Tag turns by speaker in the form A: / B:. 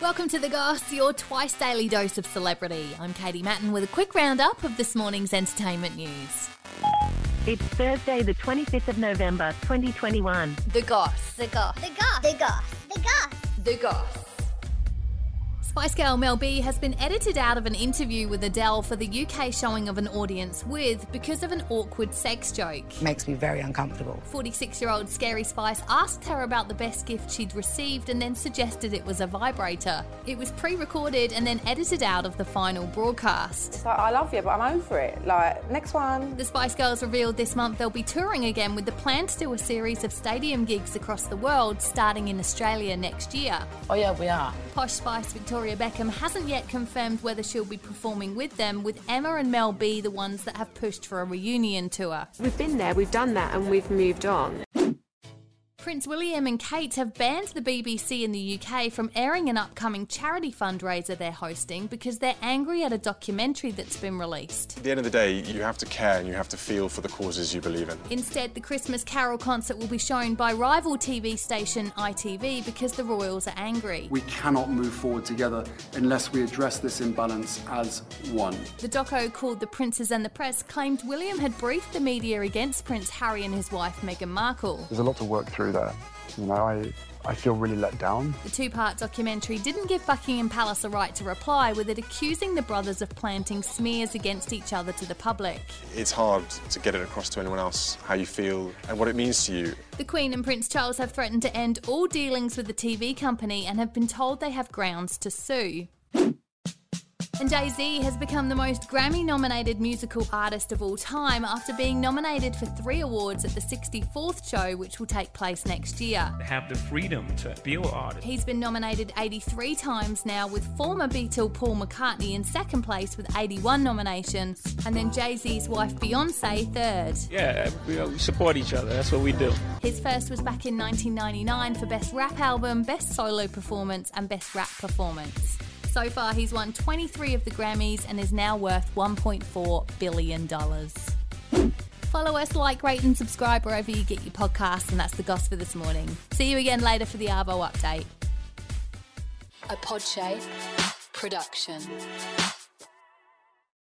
A: Welcome to The Goss, your twice daily dose of celebrity. I'm Katie Matten with a quick roundup of this morning's entertainment news.
B: It's Thursday, the 25th of November, 2021.
A: The Goss. The Goss.
C: The goss. The goss. The goss.
A: The Goss. Spice Girl Mel B has been edited out of an interview with Adele for the UK showing of an audience with because of an awkward sex joke.
D: makes me very uncomfortable.
A: 46 year old Scary Spice asked her about the best gift she'd received and then suggested it was a vibrator. It was pre recorded and then edited out of the final broadcast.
E: Like, I love you, but I'm over it. Like, next one.
A: The Spice Girls revealed this month they'll be touring again with the plan to do a series of stadium gigs across the world starting in Australia next year.
F: Oh yeah, we are.
A: Posh Spice Victoria Beckham hasn't yet confirmed whether she'll be performing with them, with Emma and Mel B the ones that have pushed for a reunion tour.
G: We've been there, we've done that, and we've moved on.
A: Prince William and Kate have banned the BBC in the UK from airing an upcoming charity fundraiser they're hosting because they're angry at a documentary that's been released.
H: At the end of the day, you have to care and you have to feel for the causes you believe in.
A: Instead, the Christmas Carol concert will be shown by rival TV station ITV because the royals are angry.
I: We cannot move forward together unless we address this imbalance as one.
A: The doco called The Princes and the Press claimed William had briefed the media against Prince Harry and his wife Meghan Markle.
J: there's a lot to work through there. You know, I, I feel really let down.
A: The two part documentary didn't give Buckingham Palace a right to reply, with it accusing the brothers of planting smears against each other to the public.
H: It's hard to get it across to anyone else how you feel and what it means to you.
A: The Queen and Prince Charles have threatened to end all dealings with the TV company and have been told they have grounds to sue. And Jay Z has become the most Grammy nominated musical artist of all time after being nominated for three awards at the 64th show, which will take place next year.
K: have the freedom to be an artist.
A: He's been nominated 83 times now, with former Beatle Paul McCartney in second place with 81 nominations, and then Jay Z's wife Beyonce third.
K: Yeah, we, uh, we support each other. That's what we do.
A: His first was back in 1999 for Best Rap Album, Best Solo Performance, and Best Rap Performance. So far, he's won 23 of the Grammys and is now worth $1.4 billion. Follow us, like, rate, and subscribe wherever you get your podcasts, and that's the gossip for this morning. See you again later for the Arvo update.
L: a Podshape production.